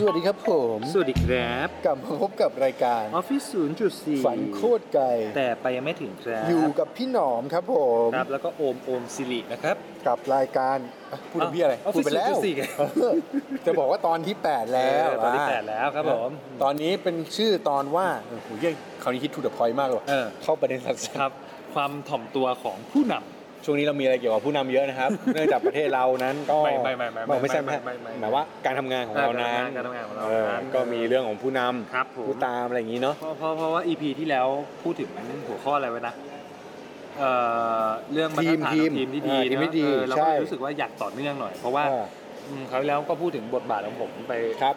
สวัสดีครับผม สวัสดีครับ กลับมาพบกับรายการ ออฟฟิศ0.4 ฝันโคตรไกล แต่ไปยังไม่ถึงครับ อยู่กับพี่หนอมครับผม ครับ แล้วก็โอมโอมสิรินะครับ กับรายการอ่ะพูดถึงพี่อะไร เอา พูดไปแล้ว Office 0.4ไง เออจะบอกว่าตอนที่ 8 แล้ว เออตอนที่ ะ แปดแล้วครับผม ตอนนี้เป็นชื่อตอนว่าโอ้โหเย้ยคราวนี้คิดทูดพอยมากเลยว่ะ เออ เข้าประเด็นสัตว์ ครับ ความถ่อมตัวของผู้น ช่วงนี้เรามีอะไรเกี่ยวกับผู้นำเยอะนะครับ เนื่องจากประเทศเรานั้นก็ ไม่ไม่ไม่ไม่ไม่ ไม่ใช่ไม่ ไม่ ใช่ ไม่ไม่ หมายว่าการทำงานของเรานั้น การทำงานของเรา ออ นั้น ก็มีเรื่องของผู้นำ ำครับผม ผู้ตามอะไรอย่างนี้เนาะ เพราะเพราะเพราะว่า EP ที่แล้วพูดถึงหัวข้ออะไรไว้นะเอ่อเรื่องบรรทัดฐานของทีมที่ดี อ่าทีม เน ที่ดีอะเออเราก็ ใช่ เลยรู้สึกว่าอยากต่อเนื่องหน่อย เพราะว่า เออ มคราวที่แล้วก็พูดถึงบทบาทของผมไป ครับ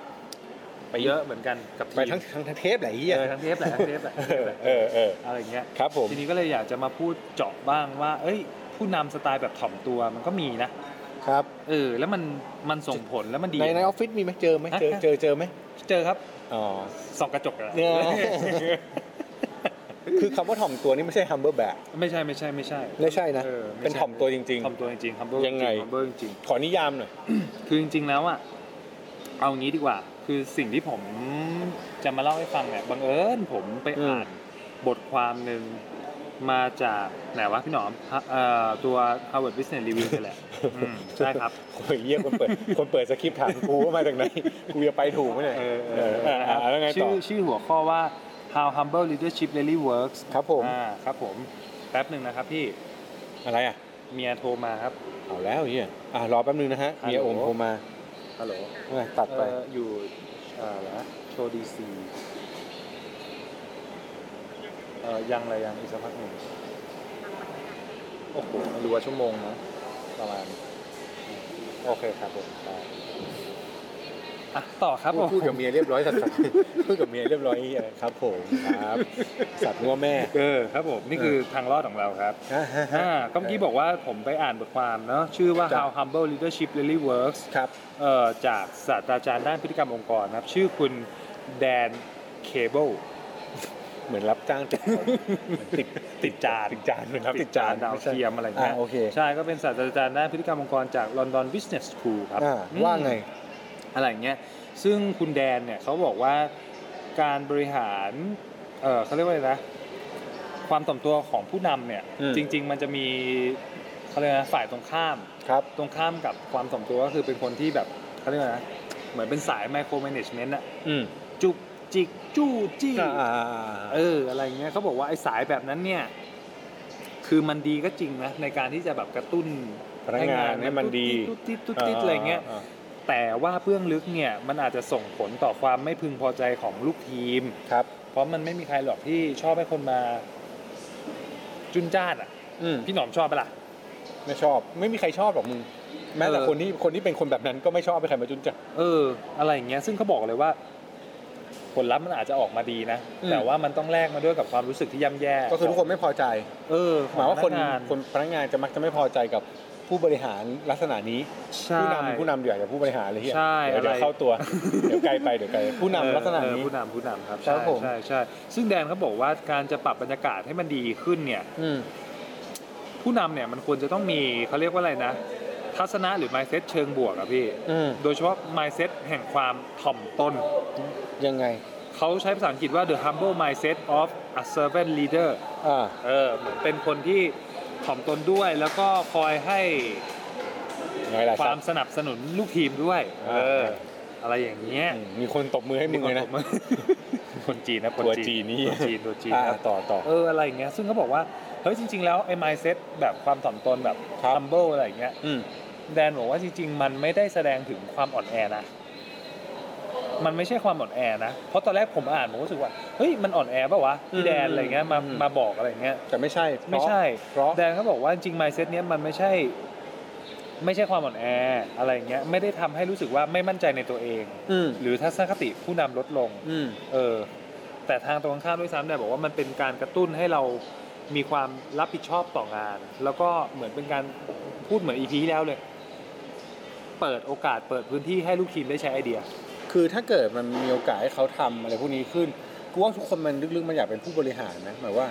ไปเยอะเหมือนกันกับทีม ไปทั้งทั้งทั้งเทปแหละไอ้เฮีย เออทั้งเทปแหละทั้งเทปแหละทั้งเทปแหละ เออเออ อะไรอย่างเงี้ย ครับผม ทีนี้ก็เลยอยากจะมาพูดเจาะบ้างว่า เอ้ย ผู้นำสไตล์แบบถ่อมตัวมันก็มีนะ ครับ เออ แล้วมันมันส่งผลแล้วมันดี ในในออฟฟิศมีไหมเจอไหมเจอ ฮะ เจอเจอไหม เจอครับ อ๋อ ส่องกระจกอะ เนี่ย คือคำว่าถ่อมตัวนี่ไม่ใช่ humble brag ไม่ใช่ไม่ใช่ไม่ใช่ ไม่ใช่นะ ออไใช่ เป็นถ่อมตัวจริง ถ่อมตัวจริงๆทำเบอร์ ยังไง ทำเบอร์จริง ๆ ขอนิยามหน่อย ๆคือจริง ๆ แล้วอะเอางี้ดีกว่า คือสิ่งที่ผมจะมาเล่าให้ฟังเนี่ยบังเอิญผมไป อืม อ่านบทความหนึ่งมาจากไหนวะพี่หนอมฮะเอ่อตัว Harvard Business Review นี่แหละอื มใช่ครับ โอ้ยเยี่ยมคนเปิด คนเปิดสคริปต์ถามกูว่ามาจากไหน กูจะไปถูกไหมเนี่ย เออเออ เอออ่ะอ่ะแล้วไงต่ ชื่ อ อชื่อหัวข้อว่า how humble leadership really works ครับผม อ่าครับผม แป๊บหนึ่งนะครับพี่ อะไรอ่ะ เมียโทรมาครับ เอาแล้วเฮียอ่ะรอแป๊บนึงนะฮะ ฮัลเมีโหลยโอมโทรมา ฮัลโหล เออตัดไป อยู่อ่าแล้วโชว์ดีซีเอ่อยังอะไรยังอีกสักพักหนึ่งโอ้โหไม่รู้ว่าชั่วโมงนะประมาณ โอเคครับผมได้อ่ะต่อครับผม พูดกับเมียเรียบร้อยสัตว์ ๆพูดกับเมียเรียบร้อยไอ้เหี้ยครับผมครับ สัตว์งัวแม่ เออครับผม นี่คือทางรอดของเราครับ อ่าก็เมื่อกี้บอกว่าผมไปอ่านบทความเนาะชื่อว่า จ้ะ How Humble Leadership Really Works ครับ เอ่อจากศาสตราจารย์ด้านพฤติกรรมองค์กรนะครับ ชื่อคุณแดนเคเบิล เหมือนรับจ้างติดของติด ติดจาน ติดจานเหมือนรับติดจาน ดาวเทียมอะไร อ่า เงี้ย โอเค ใช่ก็เป็นศาสตราจารย์ด้านพฤติกรรมองค์กรจาก London Business School ครับ อ่า อืม ว่าไง อะไรอย่างเงี้ย ซึ่งคุณแดนเนี่ยเขาบอกว่าการบริหาร เออเขาเรียกว่าอะไรนะ ความต่อมตัวของผู้นำเนี่ย อืม จริง ๆ มันจะมีเขาเรียกนะฝ่ายตรงข้าม ครับ ตรงข้ามกับความต่อมตัวก็คือเป็นคนที่แบบเขาเรียกว่าอะไรนะ เหมือนเป็นสายไมโคร a ม a จเมนต์อะ อืม จุกจิกจู้จี้ อ่าอ่า เอออะไรเงี้ยเขาบอกว่าไอ้สายแบบนั้นเนี่ย คือมันดีก็จริงนะในการที่จะแบบกระตุ้น พนักงานให้มันดี ตุ๊ดติ๊ดตุ๊ดติ๊ดอะไรเงี้ย า แต่ว่าเบื้องลึกเนี่ยมันอาจจะส่งผลต่อความไม่พึงพอใจของลูกทีม ครับ เพราะมันไม่มีใครหรอกที่ชอบให้คนมาจุนจ้านอ่ะ อืม พี่หนอมชอบปะล่ะ ไม่ชอบ ไม่มีใครชอบหรอกมึง แม้แต่ เออ คนที่คนที่เป็นคนแบบนั้นก็ไม่ชอบไปใครมาจุนจ้ะ เออ อะไรอย่างเงี้ยซึ่งเขาบอกเลยว่า ผลลัพธ์มันอาจจะออกมาดีนะ อืม แต่ว่ามันต้องแลกมาด้วยกับความรู้สึกที่ย่ำแย่ ก็คือทุกคนไม่พอใจ เออ หมายว่าคนค คน นพนักงานจะมักจะไม่พอใจกับผู้บริหารลักษณะนี้ ใช่ ผู้นำผู้นำเดี๋ยวเดี๋ยวผู้บริหารเลยเฮีย ใช่ เดี๋ยวเดี๋ยว อะไร เข้าตัว เดี๋ยวไกลไปเดี๋ยวไกลผู้นำลักษณะ เออเอ นี้ อผู้นำผู้นำครับ ครั ใช่ บผม ใช่ใช่ซึ่งแดนเขาบอกว่าการจะปรับบรรยากาศให้มันดีขึ้นเนี่ย อืม ผู้นำเนี่ยมันควรจะต้องมีเขาเรียกว่าอะไรนะ ทัศนะหรือ mindset เชิงบวกอะพี่ อืม โดยเฉพาะ mindset แห่งความถ่อมตน ยังไง เขาใช้ภาษาอังกฤษว่า the humble mindset of a servant leader อ่า เออเหมือนเป็นคนที่ถ่อมตนด้วย แล้วก็คอยให้ ไงล่ะควคา รับ มสนับสนุนลูกทีมด้วย อ่า เออ อะไรอย่างเงี้ย อืมมีคนตบมือให้มึงเลยนะ ผม คนจีนนะ ตัวจีนนี่ ตัวจีนตัวจีน อ่า ครับ ต่อต่อ เอออะไรอย่างเงี้ยซึ่งเขาบอกว่าเฮ้ยจริง ๆ แล้วไอ้ mindset แบบความถ่อมตนแบบ ครับ humble อะไรอย่างเงี้ย อืม แดนบอกว่าจริงๆ มันไม่ได้แสดงถึงความอ่อนแอนะ มันไม่ใช่ความอ่อนแอนะ เพราะตอนแรกผมอ่านผมก็รู้สึกว่า เฮ้ย มันอ่อนแอป่าววะพี่แดนอะไรเงี้ยมา อืม มาบอกอะไรเงี้ย แต่ไม่ใช่เพราะ ไม่ใช่ เพราะ แดนเขาบอกว่าจริงๆ mindset เนี้ยมันไม่ใช่ ไม่ใช่ความอ่อนแออะไรอย่างเงี้ยไม่ได้ทำให้รู้สึกว่าไม่มั่นใจในตัวเอง อืม หรือทัศนคติผู้นำลดลง อืม เออแต่ทางตรงข้ามด้วยซ้ำเนี่ยบอกว่ามันเป็นการกระตุ้นให้เรามีความรับผิดชอบต่องาน แล้วก็เหมือนเป็นการพูดเหมือนอีพีแล้วเลย เปิดโอกาสเปิดพื้นที่ให้ลูกทีมได้ใช้ไอเดีย คือถ้าเกิดมันมีโอกาสให้เขาทำอะไรพวกนี้ขึ้นกูว่าทุกคนมันลึกๆมันอยากเป็นผู้บริหารนะหมายว่า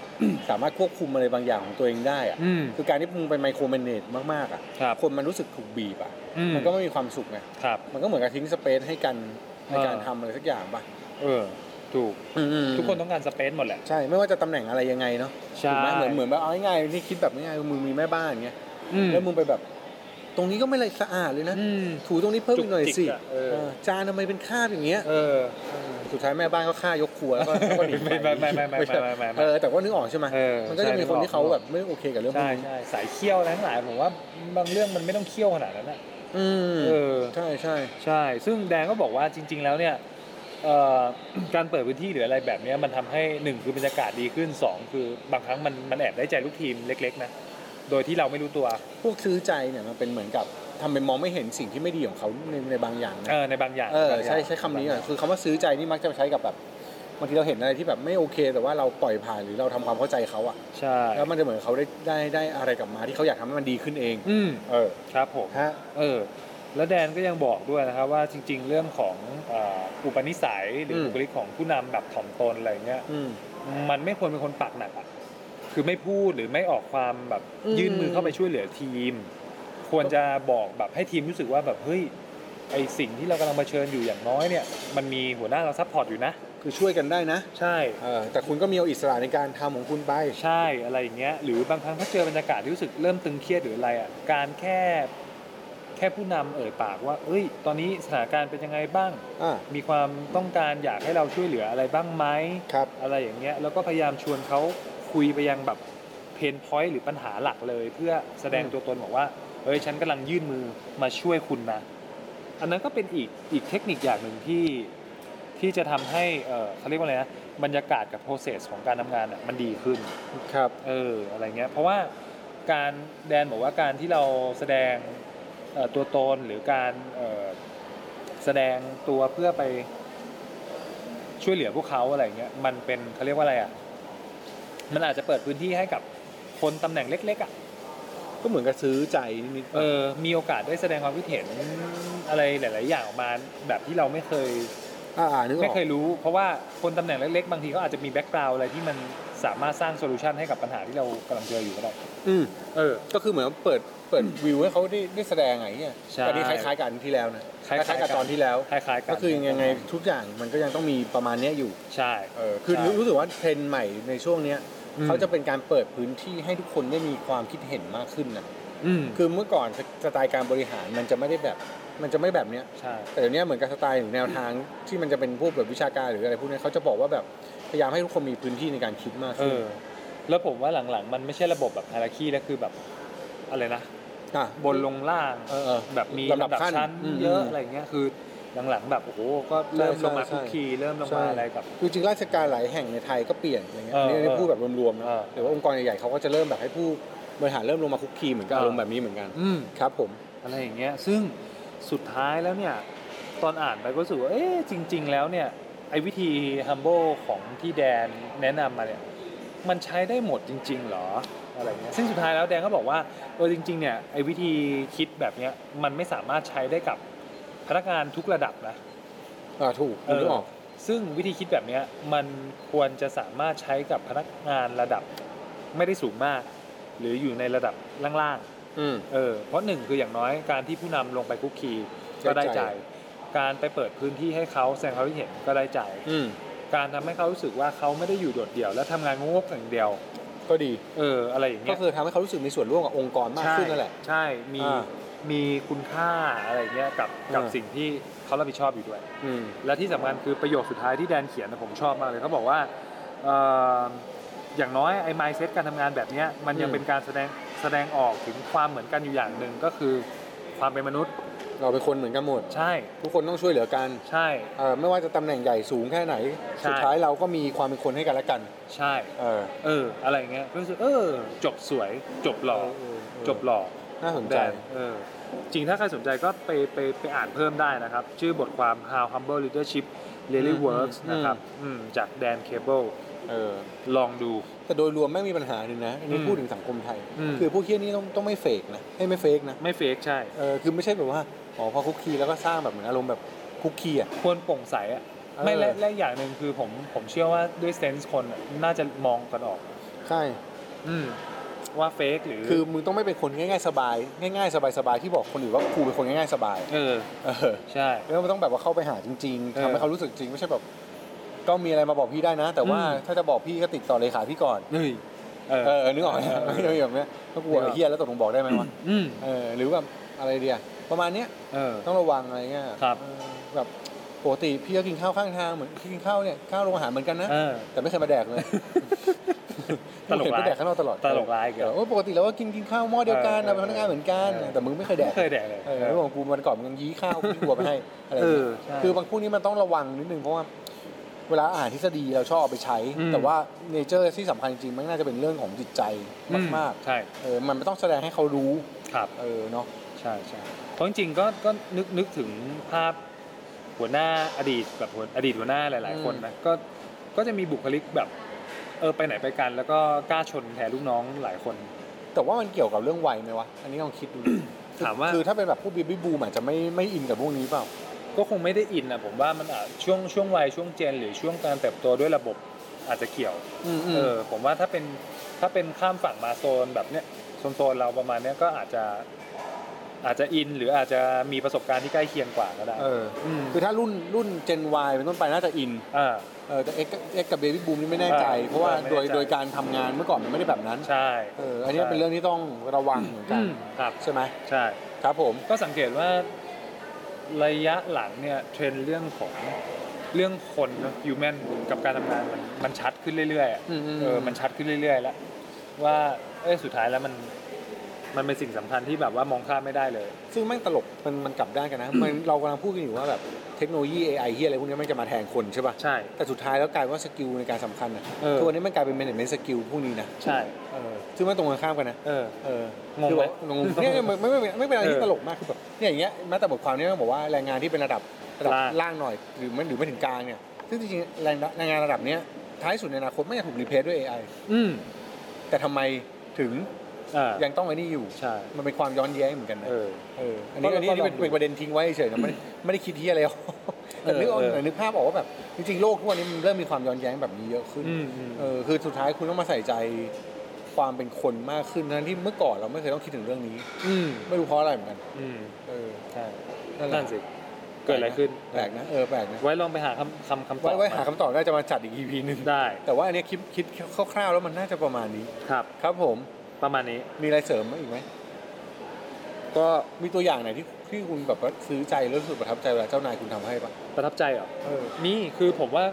สามารถควบคุมอะไรบางอย่างของตัวเองได้อะ อืม คือการที่มึงเป็นไมโครแมเนจมากๆอ่ะ ครับ คนมันรู้สึกถูกบีบอ่ะ อืม มันก็ไม่มีความสุขไง ครับ มันก็เหมือนกับทิ้งสเปซให้กันในการ เออ ทำอะไรสักอย่างป่ะ เออ ถูก อืมๆ ทุกคนต้องการสเปซหมดแหละ ใช่ไม่ว่าจะตำแหน่งอะไรยังไงเนาะ ใช่ ถูกไหมเหมือนเหมือนแบบเอาง่ายๆนี่คิดแบบง่ายๆมึงมีแม่บ้านอย่างเงี้ย อืม แล้วมึงไปแบบ ตรงนี้ก็ไม่เลยสะอาดเลยนะ อืม ถูตรงนี้เพิ่มอีกหน่อยสิ จุกจิกอะเออ เออจานทำไมเป็นคราบอย่างเงี้ย เออ สุดท้ายแม่บ้านก็ฆ่ายกครัวแล้วก็แล้วก็หนี ไม่ไม่ไม่ไม่ไม่ไม่ไม่ไม่ไม่ เออแต่ว่านึกออกใช่ไหม เออ มันก็จะมี ใช่ คนที่เขา นึกออก แบบไม่โอเคกับเรื่องพวก ใช่ นี้ ใช่สายเคี่ยวทั้งหลายผมว่าบางเรื่องมันไม่ต้องเคี่ยวขนาดนั้นนะ อืม เออ ใช่ใช่ ใช่ ซึ่งแดงก็บอกว่าจริง ๆ แล้วเนี่ยเอ่อ การเปิดพื้นที่หรืออะไรแบบเนี้ยมันทำให้หนึ่งคือบรรยากาศดีขึ้นสองคือบางครั้งมันมันแอบได้ใจลูกทีมเล็ก ๆ นะ โดยที่เราไม่รู้ตัว พวกซื้อใจเนี่ยมันเป็นเหมือนกับทำเป็นมองไม่เห็นสิ่งที่ไม่ดีของเขาในในบางอย่างนะ เออในบางอย่าง เออ ในบางอย่าง ใช่ใช้คำนี้อ่ะคือคำว่าซื้อใจนี่มักจะใช้กับแบบบางทีเราเห็นอะไรที่แบบไม่โอเค แต่ว่าเราปล่อยผ่านหรือเราทำความเข้าใจเขาอ่ะ ใช่ แล้วมันจะเหมือนเขาได้ได้ได้อะไรกลับมาที่เขาอยากทำให้มันดีขึ้นเอง อืม เออ ครับผม ฮะ เออแล้วแดนก็ยังบอกด้วยนะครับว่าจริง ๆ เรื่องของเอ่ออุปนิสัยหรืออ ม บุคลิกของผู้นำแบบถ่อมตนอะไรเงี้ย อืม มันไม่ควรเป็นคนปากหนักอ่ะคือไม่พูดหรือไม่ออกความแบบ อืม ยื่นมือเข้าไปช่วยเหลือทีม ควรจะบอกแบบให้ทีมรู้สึกว่าแบบเฮ้ยไอสิ่งที่เรากำลังเผชิญอยู่อย่างน้อยเนี่ย มันมีหัวหน้าเราซัพพอร์ตอยู่นะ คือช่วยกันได้นะ ใช่ เออแต่คุณก็มีเอาอิสระในการทำของคุณไป ใช่อะไรอย่างเงี้ยหรือบางครั้งถ้าเจอบรรยากาศที่รู้สึกเริ่มตึงเครียดหรืออะไรอ่ะการแค่แค่ผู้นำเอ่ยปากว่า เอ้ย ตอนนี้สถานการณ์เป็นยังไงบ้าง อ่า มีความต้องการอยากให้เราช่วยเหลืออะไรบ้างไหม ครับ อะไรอย่างเงี้ยแล้วก็พยายามชวนเขาคุยไปยังแบบเพนพอยต์หรือปัญหาหลักเลย เพื่อแสดงตัวตนบอกว่าเอ้ยฉันกำลังยื่นมือมาช่วยคุณนะ อันนั้นก็เป็นอีกอีกเทคนิคอย่างหนึ่งที่ที่จะทำให้เออเขาเรียกว่าอะไรนะบรรยากาศกับ process ของการทำงานอ่ะมันดีขึ้น ครับ เอออะไรเงี้ยเพราะว่าการแดนบอกว่าการที่เราแสดงเอ่อตัวตนหรือการเอ่อแสดงตัวเพื่อไปช่วยเหลือพวกเขาอะไรเงี้ยมันเป็นเขาเรียกว่าอะไรอ่ะมันอาจจะเปิดพื้นที่ให้กับคนตำแหน่งเล็กๆอ่ะ ก็เหมือนกับซื้อใจนิดๆ เออมีโอกาสได้แสดงความคิดเห็นอะไรหลาย ๆ อย่างออกมาแบบที่เราไม่เคย อ่าอ่านึกอ ไม่ อก เคยรู้ เพราะว่าคนตำแหน่งเล็ก ๆ บางทีเขาอาจจะมีแบ็กกราวอะไรที่มันสามารถสร้างโซลูชันให้กับปัญหาที่เรากำลังเจออยู่ก็ได้ อืม เออ ก็คือเหมือนเปิด เปิดวิวให้เขาได้ได้แสดงไงเนี่ย ใช่ แต่นี่คล้ายๆกับอันที่แล้วนะ คล้ายๆ กับ กัน ตอนที่แล้ว คล้ายๆกัน ก็คือยังไงทุกอย่างมันก็ยังต้องมีประมาณเนี้ยอยู่ ใช่ เออ คือ ใช่ รู้รู้สึกว่าเทรนด์ใหม่ในช่วงเนี้ย อืม เขาจะเป็นการเปิดพื้นที่ให้ทุกคนได้มีความคิดเห็นมากขึ้นนะ อืม คือเมื่อก่อนสไตล์การบริหารมันจะไม่ได้แบบ มันจะไม่แบบเนี้ย ใช่ แต่เดี๋ยวนี้เหมือนกับสไตล์หรือแนวทางที่มันจะเป็นพวกแบบวิชาการหรืออะไรพวกนี้เขาจะบอกว่าแบบพยายามให้ทุกคนมีพื้นที่ในการคิดมาก เอ ขึ้น อ แล้วผมว่าหลังๆ มันไม่ใช่ระบบแบบฮาราคีแล้วคือแบบอะไรนะ อ่ะ บนลงล่าง เออเออ แบบมี ลำดับขั้น ชั้น อืม เยอะอะไรเงี้ยคือหลังๆ แบบโอ้โหก็เริ่ม ใช่ ลงมา ใช่ คุกคีเริ่มลงมา ใช่ อะไรกับ คือจริงราชการหลายแห่งในไทยก็เปลี่ยนอะไรเงี้ย เออ อันนี้อันนี้ เออ พูดแบบรวมๆนะ เออ หรือว่าองค์กรใหญ่ๆเขาก็จะเริ่มแบบให้ผู้บริหารเริ่มลงมาคุกคีเหมือนกัน เออ อารมณ์แบบนี้เหมือนกัน อืม ครับผม อะไรอย่างเงี้ยซึ่งสุดท้ายแล้วเนี่ย ตอนอ่านไปก็รู้สึกว่าเอ๊ะจริง ๆ แล้วเนี่ย ไอ้วิธี humble ของที่แดนแนะนำมาเนี่ย มันใช้ได้หมดจริง ๆ เหรออะไรเงี้ยซึ่งสุดท้ายแล้วแดงก็บอกว่าเออจริง ๆ เนี่ยไอ้วิธีคิดแบบเนี้ยมันไม่สามารถใช้ได้กับพนักงานทุกระดับนะ อ่าถูกคุณนึกออก ซึ่งวิธีคิดแบบเนี้ยมันควรจะสามารถใช้กับพนักงานระดับไม่ได้สูงมาก หรืออยู่ในระดับล่าง อืม ๆเออเพราะหนึ่งคืออย่างน้อยการที่ผู้นำลงไปคุกคีก็ได้ ได้ใจ ใจ การไปเปิดพื้นที่ให้เขาแสดงความคิดเห็นก็ได้ใจ อืม การทำให้เขารู้สึกว่าเขาไม่ได้อยู่โดดเดี่ยว และทำงานงกๆอย่างเดียว ก็ดี เอออะไรอย่างเงี้ ก็ ย คือทำให้เขารู้สึกมีส่วนร่วมกับองค์กรมากขึ้นนั่นแหละ ใช่ มี อ่า มีคุณค่าอะไรเงี้ยกับกับ อ่า สิ่งที่เขารับผิดชอบอยู่ด้วย อืม และที่สำคัญคือประโยคสุดท้ายที่แดนเขียนนะผมชอบมากเลยเขาบอกว่าเอ่ออย่างน้อยไอ้ mindset การทำงานแบบเนี้ยมันยัง อืม เป็นการแสดงแสดงออกถึงความเหมือนกันอยู่อย่างหนึ่งก็คือความเป็นมนุษย์ เราเป็นคนเหมือนกันหมด ใช่ ทุกคนต้องช่วยเหลือกัน ใช่ เออไม่ว่าจะตำแหน่งใหญ่สูงแค่ไหน ใช่ สุดท้ายเราก็มีความเป็นคนให้กันและกัน ใช่ เออ เอออะไรอย่างเงี้ยก็รู้สึกเออจบสวยจบหล่อ เออเออ จบหล่อ น่าสนใจ แดนเออ จริงถ้าใครสนใจก็ไปไปไปอ่านเพิ่มได้นะครับ ชื่อบทความ How Humble Leadership Really อืม Works อืม นะครับอืมจากแดนเคเบิล เออ ลองดู แต่โดยรวมไม่มีปัญหาหนึ่งนะอันนี้ อืม พูดถึงสังคมไทย อืม คือพวกเฮี้ยนี่ต้องต้องไม่เฟกนะให้ไม่เฟกนะ ไม่เฟกใช่ เออคือไม่ใช่แบบว่าอ๋อพอคุกคีแล้วก็สร้างแบบเหมือนอารมณ์แบบคุกคีอ่ะ ควรโปร่งใสอ่ะ เออ ไม่และและอย่างหนึ่งคือผมผมเชื่อว่าด้วยเซนส์คนอะน่าจะมองกันออก ใช่ อืมว่าเฟกหรือ คือมึงต้องไม่เป็นคนง่ายๆสบาย ง่ายๆ สบายๆที่บอกคนอื่นว่ากูเป็นคนง่ายๆสบาย เออ เออ ใช่ แล้วมันต้องแบบว่าเข้าไปหาจริง เอ ๆ อ ทำให้เขารู้สึกจริงไม่ใช่แบบ ก็มีอะไรมาบอกพี่ได้นะ แต่ว่า อืม ถ้าจะบอกพี่ก็ติดต่อเลขาพี่ก่อน เฮ้ยเออ เออนึกออกไหม เออ ไม่ได้แบบเนี้ยก็กลัวไอ้เฮียแล้วตกลงบอกได้ไหมวะ อืม เออหรือแบบอะไรเดียประมาณเนี้ย เออ ต้องระวังอะไรเงี้ย ครับ เออแบบปกติพี่ก็กินข้าวข้างทางเหมือนกินข้าวเนี่ยข้าวโรงอาหารเหมือนกันนะ เออ แต่ไม่เคยมาแดกเลย ตลกร้าย เห็นไปแดกข้างนอกตลอด ตลกร้ายอีก เออแล้ว โอ้ยปกติเราก็กินกินข้าวหม้อเดียวกัน เออ เราเป็นพนักงานเหมือนกัน เออ แต่มึงไม่เคยแด ไม่ ก เคยแดกเลย เออแล้วบอกกูมันก่อนมึงยี้ข้าวกูกลัวไปให้อะไร เอ เงี้ อย ใช่ คือบางพวกนี้มันต้องระวังนิดนึงเพราะว่าเวลาอ่านทฤษฎีเราชอบเอาไปใช้ อืม แต่ว่าเนเจอร์ที่สำคัญจริงๆมันน่าจะเป็นเรื่องของจิตใจ อื มาก ใช่ ๆเออมันไม่ต้องแสดงให้เขารู้ ครับ เออเนาะ ใช่ใช่เพราะจริงๆก็ก็นึกนึกถึงภาพหัวหน้าอดีตแบบหัวอดีตหัวหน้าหลาย อืม ๆ คนนะก็ก็จะมีบุคลิกแบบเออไปไหนไปกัน แล้วก็กล้าชนแทนลูกน้องหลายคน แต่ว่ามันเกี่ยวกับเรื่องวัยไหมวะ อันนี้ลองคิดดูดิ ถามว่า คือถ้าเป็นแบบผู้บีบีบูมอาจจะไม่ไม่อินกับพวกนี้เปล่า ก็คงไม่ได้อินนะผมว่ามันอาจช่วงช่วงวัยช่วงเจน หรือช่วงการเติบโตด้วยระบบอาจจะเกี่ยว อืม เออผมว่าถ้าเป็นถ้าเป็นข้ามฝั่งมาโซนแบบเนี้ยโซนโซนเราประมาณเนี้ยก็อาจจะอาจจะอิน หรืออาจจะมีประสบการณ์ที่ใกล้เคียงกว่าก็ได้ เออ ม คือถ้ารุ่นรุ่นเจนวเป็นต้นไปน่าจะอิน อ่า เออแต่เอ็กเอ็กกับเบบี้บูมนี่ไม่แน่ใจ เออ เพราะว่า ไม่แน่ โดย ใจ โดยการทำงานเมื่อก่อนมันไม่ได้แบบนั้น ใช่ เออ อันนี้เป็นเรื่องที่ต้องระวังเหมือนกั อื น มครับ ใช่ไหม ใช่ ครับผม ก็สังเกตว่าระยะหลังเนี่ยเทรนด์เรื่องของเรื่องคนเนอะ human กับการทำงานมันมันชัดขึ้นเรื่อยๆอะ อืมอืม เออมันชัดขึ้นเรื่อยๆแล้วว่าเอ้ยสุดท้ายแล้วมันมันเป็นสิ่งสำคัญที่แบบว่ามองข้ามไม่ได้เลย ซึ่งแม่งตลก มันมันกลับด้านกันนะ มันเรากำลังพูดกันอยู่ว่าแบบเทคโนโลยี AI เฮียอะไรพวกนี้มันจะมาแทนคนใช่ป่ะ ใช่ แต่สุดท้ายแล้วกลายว่าสกิลในการสำคัญนะ เออ ทุกวันนี้มันกลายเป็น management skill พวกนี้นะ ใช่ เออ ซึ่งมันตรงกันข้ามกันนะ เออ เออง งคือไหมแบบงงเนี่ยไม่ไม่ไม่ไม่เป็นอะไรที่ เออ ตลกมากคือแบบเนี่ยอย่างเงี้ยแม้แต่บทความเนี่ยมันบอกว่าแรงงานที่เป็นระดับระดับ ล่าง ล่างหน่อยหรือไม่หรือไม่ถึงกลางเนี่ยซึ่งจริงๆแรงแรงงานระดับเนี้ยท้ายสุดในอนาคตไม่จะถูกรีเพลซด้วย AI อืม แต่ทำไมถึง อ่า ยังต้องไอ้นี่อยู่ ใช่ มันเป็นความย้อนแย้งเหมือนกันนะ เออ เอออันนี้ ก็ อันนี้ ก็ลอง เป็น ดู เป็นประเด็นทิ้งไว้เฉยๆนะไม่ได้ไม่ได้คิดที่อะไรหรอก แต่นึกออก เออเออ แต่นึกภาพออกว่าแบบจริงๆโลกทุกวันนี้มันเริ่มมีความย้อนแย้งแบบนี้เยอะขึ้น อืมอืม เออคือสุดท้ายคุณต้องมาใส่ใจความเป็นคนมากขึ้นทั้งที่เมื่อก่อนเราไม่เคยต้องคิดถึงเรื่องนี้ อืม ไม่รู้เพราะอะไรเหมือนกัน อืม เออ ใช่ แหละ นั่นสิเกิดอะไรขึ้น แปลกนะ เออ แปลกนะ ไว้ลองไปหาคำคำคำตอ ไว้ บ ไว้หาคำตอบได้จะมาจัดอีก EP หนึ่ง ได้ แต่ว่าอันเนี้ยคิดคิดคร่าวๆแล้วมันน่าจะประมาณนี้ ครับ ครับผม ประมาณนี้ มีอะไรเสริมอีกไหม ก็มีตัวอย่างไหนที่ที่คุณแบบว่าซื้อใจแล้วรู้สึกประทับใจเวลาเจ้านายคุณทำให้ปะ ประทับใจเหรอ เออ นี่คือผมว่า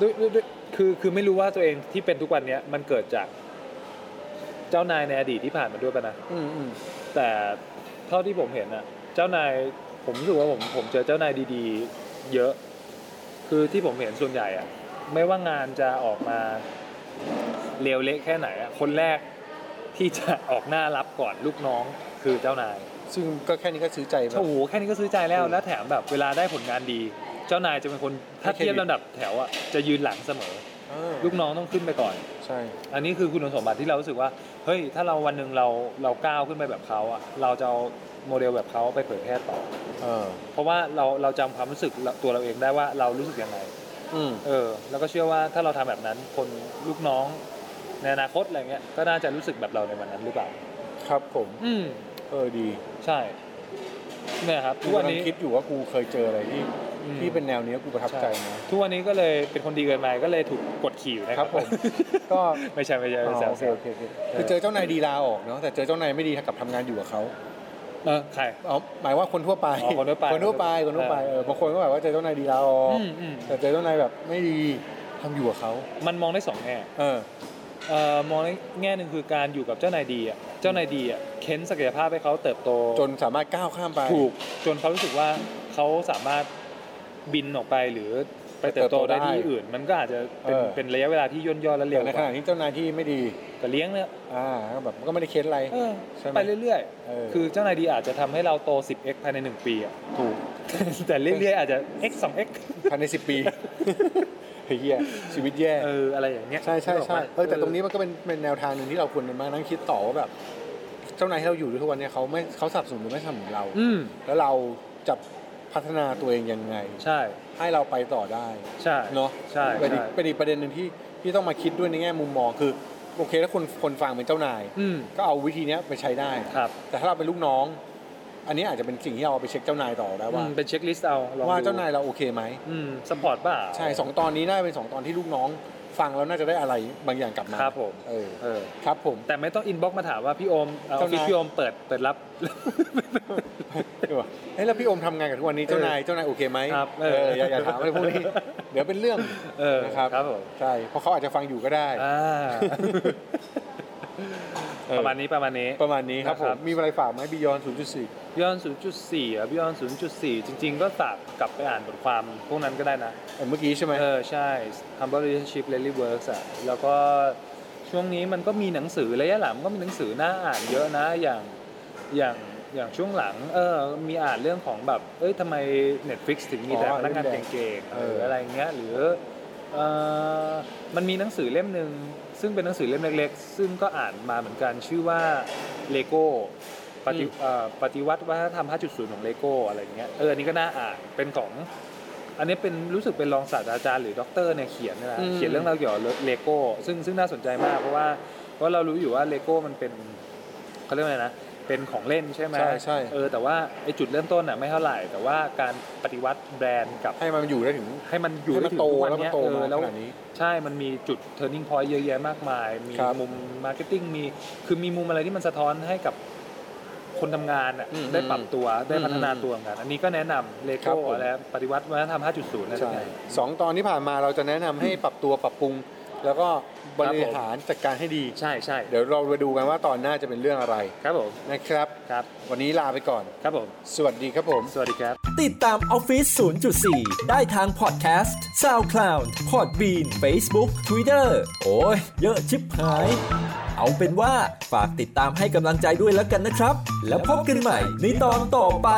ด้วยด้วยด้วยคือคือไม่รู้ว่าตัวเองที่เป็นทุกวันเนี้ยมันเกิดจากเจ้านายในอดีตที่ผ่านมาด้วยป่ะนะ อืมอืม แต่เท่าที่ผมเห็นอะเจ้านายผมรู้สึกว่าผมผมเจอเจ้านายดีๆ เยอะ คือที่ผมเห็นส่วนใหญ่อะไม่ว่างานจะออกมาเลวเละแค่ไหนอะคนแรกที่จะออกหน้ารับก่อนลูกน้องคือเจ้านาย ซึ่งก็แค่นี้ก็ซื้อใจแบบ โอ้โหแค่นี้ก็ซื้อใจแล้ว อืม แล้วแถมแบบเวลาได้ผลงานดี เจ้านายจะเป็นคนถ้า ให้เครดิต เทียบลำดับแถวอ่ะจะยืนหลังเสมอ เออ ลูกน้องต้องขึ้นไปก่อน ใช่ อันนี้คือคุณสมบัติที่เรารู้สึกว่าเฮ้ยถ้าเราวันหนึ่งเราเราก้าวขึ้นไปแบบเขาอ่ะเราจะเอาโมเดลแบบเขาไปเผยแพร่ต่อ เออ เพราะว่าเราเราจำความรู้สึกเราตัวเราเองได้ว่าเรารู้สึกยังไง อืม เออ แล้วก็เชื่อว่าถ้าเราทำแบบนั้นคนลูกน้องในอนาคตอะไรเงี้ยก็น่าจะรู้สึกแบบเราในวันนั้นหรือเปล่า ครับผม อืม เออ ดี ใช่เนี่ยครับ กู ทุกวัน กำลัง นี้ คิดอยู่ว่ากูเคยเจออะไรที่ อืม ที่เป็นแนวเนี้ยกูประทับใจนะ ทุกวันนี้ก็เลยเป็นคนดีเกินไปก็เลยถูกกดขี่อยู่นะครับ ผม ก็ ไม่ใช่ไม่ใช่ อ๋อ แซว โอเคโอเคโอเคคือเจอเจ้านายดีลาออกเนาะแต่เจอเจ้านายไม่ดีกับทำงานอยู่กับเขา ๆเออใคร อ๋อหมายว่าคนทั่วไป อ๋อคนทั่วไป คนทั่วไปคนทั่วไป เออ เออบางคนก็แบบว่าเจอเจ้านายดีลาออก มอืม แต่เจอเจ้านายแบบไม่ดีทำอยู่กับเขา มันมองได้สองแง่ เออ เอ่อมองในแง่หนึ่งคือการอยู่กับเจ้านายดีอ่ะเจ้านายดีอ่ะเค้นศักยภาพให้เขาเติบโต จนสามารถก้าวข้ามไป ถูกจนเขารู้สึกว่าเขาสามารถบินออกไปหรือ ไปเติบโตได้ที่อื่น มันก็อาจจะเป็น เออ เป็นระยะเวลาที่ย่นย่อและเร็ แต่ ว ใน ก ข ว่า ณะที่เจ้านายที่ไม่ดี แต่เลี้ยงเนี่ย อ่าก็แบบมันก็ไม่ได้เคสอะไร เออ ใช่ไหม ไปเรื่อย เออ ๆ คือเจ้านายดีอาจจะทำให้เราโต 10x ภายใน 1 ปีอะ ถูก แต่เรื่อยๆอาจจะ x 2 x ภายในสิบปีเฮียชีวิตแย่ เอออะไรอย่างเงี้ย ใช่ใช่ใช่ นึกกปะ เออแต่ตรงนี้มันก็เป็นเป็นแนวทางหนึ่งที่เราควรมานั่งคิดต่อว่าแบบเจ้านายที่เราอยู่ด้วยทุกวันเนี่ยเขาไม่เขาสนับสนุนหรือไม่สนับสนุนเรา อืม แล้วเราจะพัฒนาตัวเองยังไง ใช่ ให้เราไปต่อได้ ใช่ เนาะ ใช่ เป็นอีก ใช่ เป็นอีกประเด็นหนึ่งที่ที่ต้องมาคิดด้วยในแง่มุมมองคือโอเคถ้าคนคนฟังเป็นเจ้านาย อืม ก็เอาวิธีเนี้ยไปใช้ได้ ครับ แต่ถ้าเราเป็นลูกน้อง อันนี้อาจจะเป็นสิ่งที่เราเอาไปเช็คเจ้านายต่อได้ อื ว่าม เป็นเช็คลิสต์เอาลอง ว่า ดู เจ้านายเราโอเคไหม อืมสปอร์ตบ้า ใช่สองตอนนี้น่าจะเป็นสองตอนที่ลูกน้อง ฟังแล้วน่าจะได้อะไรบางอย่างกลับมา ครับผม เออ เออ ครับผม แต่ไม่ต้องอินบ็อกมาถามว่าพี่โอมเอ่อออฟ เจ้านาย ฟิศพี่โอมเปิดเปิดรับ เฮ้ยแล้วพี่โอมทำงานกับทุกวันนี้เจ้านายเจ้านายโอเคไหม ครับ เอ เออ ออย่าอย่าถามอะไรพวกนี้ เดี๋ยวเป็นเรื่อง เออ นะครับ ครับผม ใช่เพราะเขาอาจจะฟังอยู่ก็ได้ อ่า เออ ประมาณนี้ประมาณนี้ ประมาณนี้ครับผ นะครั ม บ มีอะไรฝากไหมบิยอน0.4 ย้อน0.4อ่ะย้อน0.4 จริง ๆ ก็ฝากกลับไปอ่านบทความพวกนั้นก็ได้นะ เอ่อเมื่อกี้ใช่ไหม เออ ใช่ Humble Leadership Daily Works อ่ะ แล้วก็ช่วงนี้มันก็มีหนังสือระยะหลังก็มีหนังสือน่าอ่านเยอะนะ อย่างอย่างอย่างช่วงหลัง เออ มีอ่านเรื่องของแบบ เอ้ยทำไม Netflix ถึงมีแต่พนักงานเก่งๆหรืออะไรเงี้ย หรือเออมันมีหนังสือเล่มหนึ่งซึ่งเป็นหนังสือเล่มเล็กๆ ซึ่งก็อ่านมาเหมือนกันชื่อว่า Lego ปฏิเอ่อปฏิวัติวัฒนธรรม 5.0 ของเลโก้อะไรเงี้ย เออ อันนี้ก็น่าอ่าน เป็นของ อันนี้เป็นรู้สึกเป็นรองศาสตราจารย์หรือด็อกเตอร์เนี่ยเขียนนะเขียนเรื่องราวเกี่ยวกับเลโก้ซึ่งซึ่งน่าสนใจมากเพราะว่าเพราะเรารู้อยู่ว่าเลโก้มันเป็นเขาเรียกว่าอะไรนะ เป็นของเล่นใช่ไหม ใช่ใช่ เออ แต่ว่าไอจุดเริ่มต้นน่ะไม่เท่าไหร่ แต่ว่าการปฏิวัติแบรนด์กับ ให้มันอยู่ได้ถึง ให้มันอยู่ ให้ ได้ มัน ถึง โต ทุกวัน แล้วมัน เนี้ย โต เออ มา แล้ ข ว นาดนี้ ใช่ มันมีจุด turning point เยอะแยะมากมาย มี ครับ มุม marketing มี คือมีมุมอะไรที่มันสะท้อนให้กับคนทำงานน่ะ อืม ได้ปรับตัว ได้พัฒนา อืม ตัวเหมือนกัน อันนี้ก็แนะนำเล ครับ โก้ ผม อะไรปฏิวัติวัฒนธรรม5.0นั่น ใช่ เอง สองตอนที่ผ่านมาเราจะแนะนำให้ปรับตัวปรับปรุง แล้วก็บริหารจัดการให้ดี ใช่ใช่ เดี๋ยวเราไปดูกันว่าตอนหน้าจะเป็นเรื่องอะไร ครับผม นะครับ ครับ วันนี้ลาไปก่อน ครับผม สวัสดีครับผม สวัสดีครับ ติดตามออฟฟิศ0.4 ได้ทางพอดแคสต์ SoundCloud Podbean Facebook Twitter โอ้ย เยอะชิบหาย เอาเป็นว่าฝากติดตามให้กำลังใจด้วยแล้วกันนะครับ แล้วพบกันใหม่ในตอนต่อไป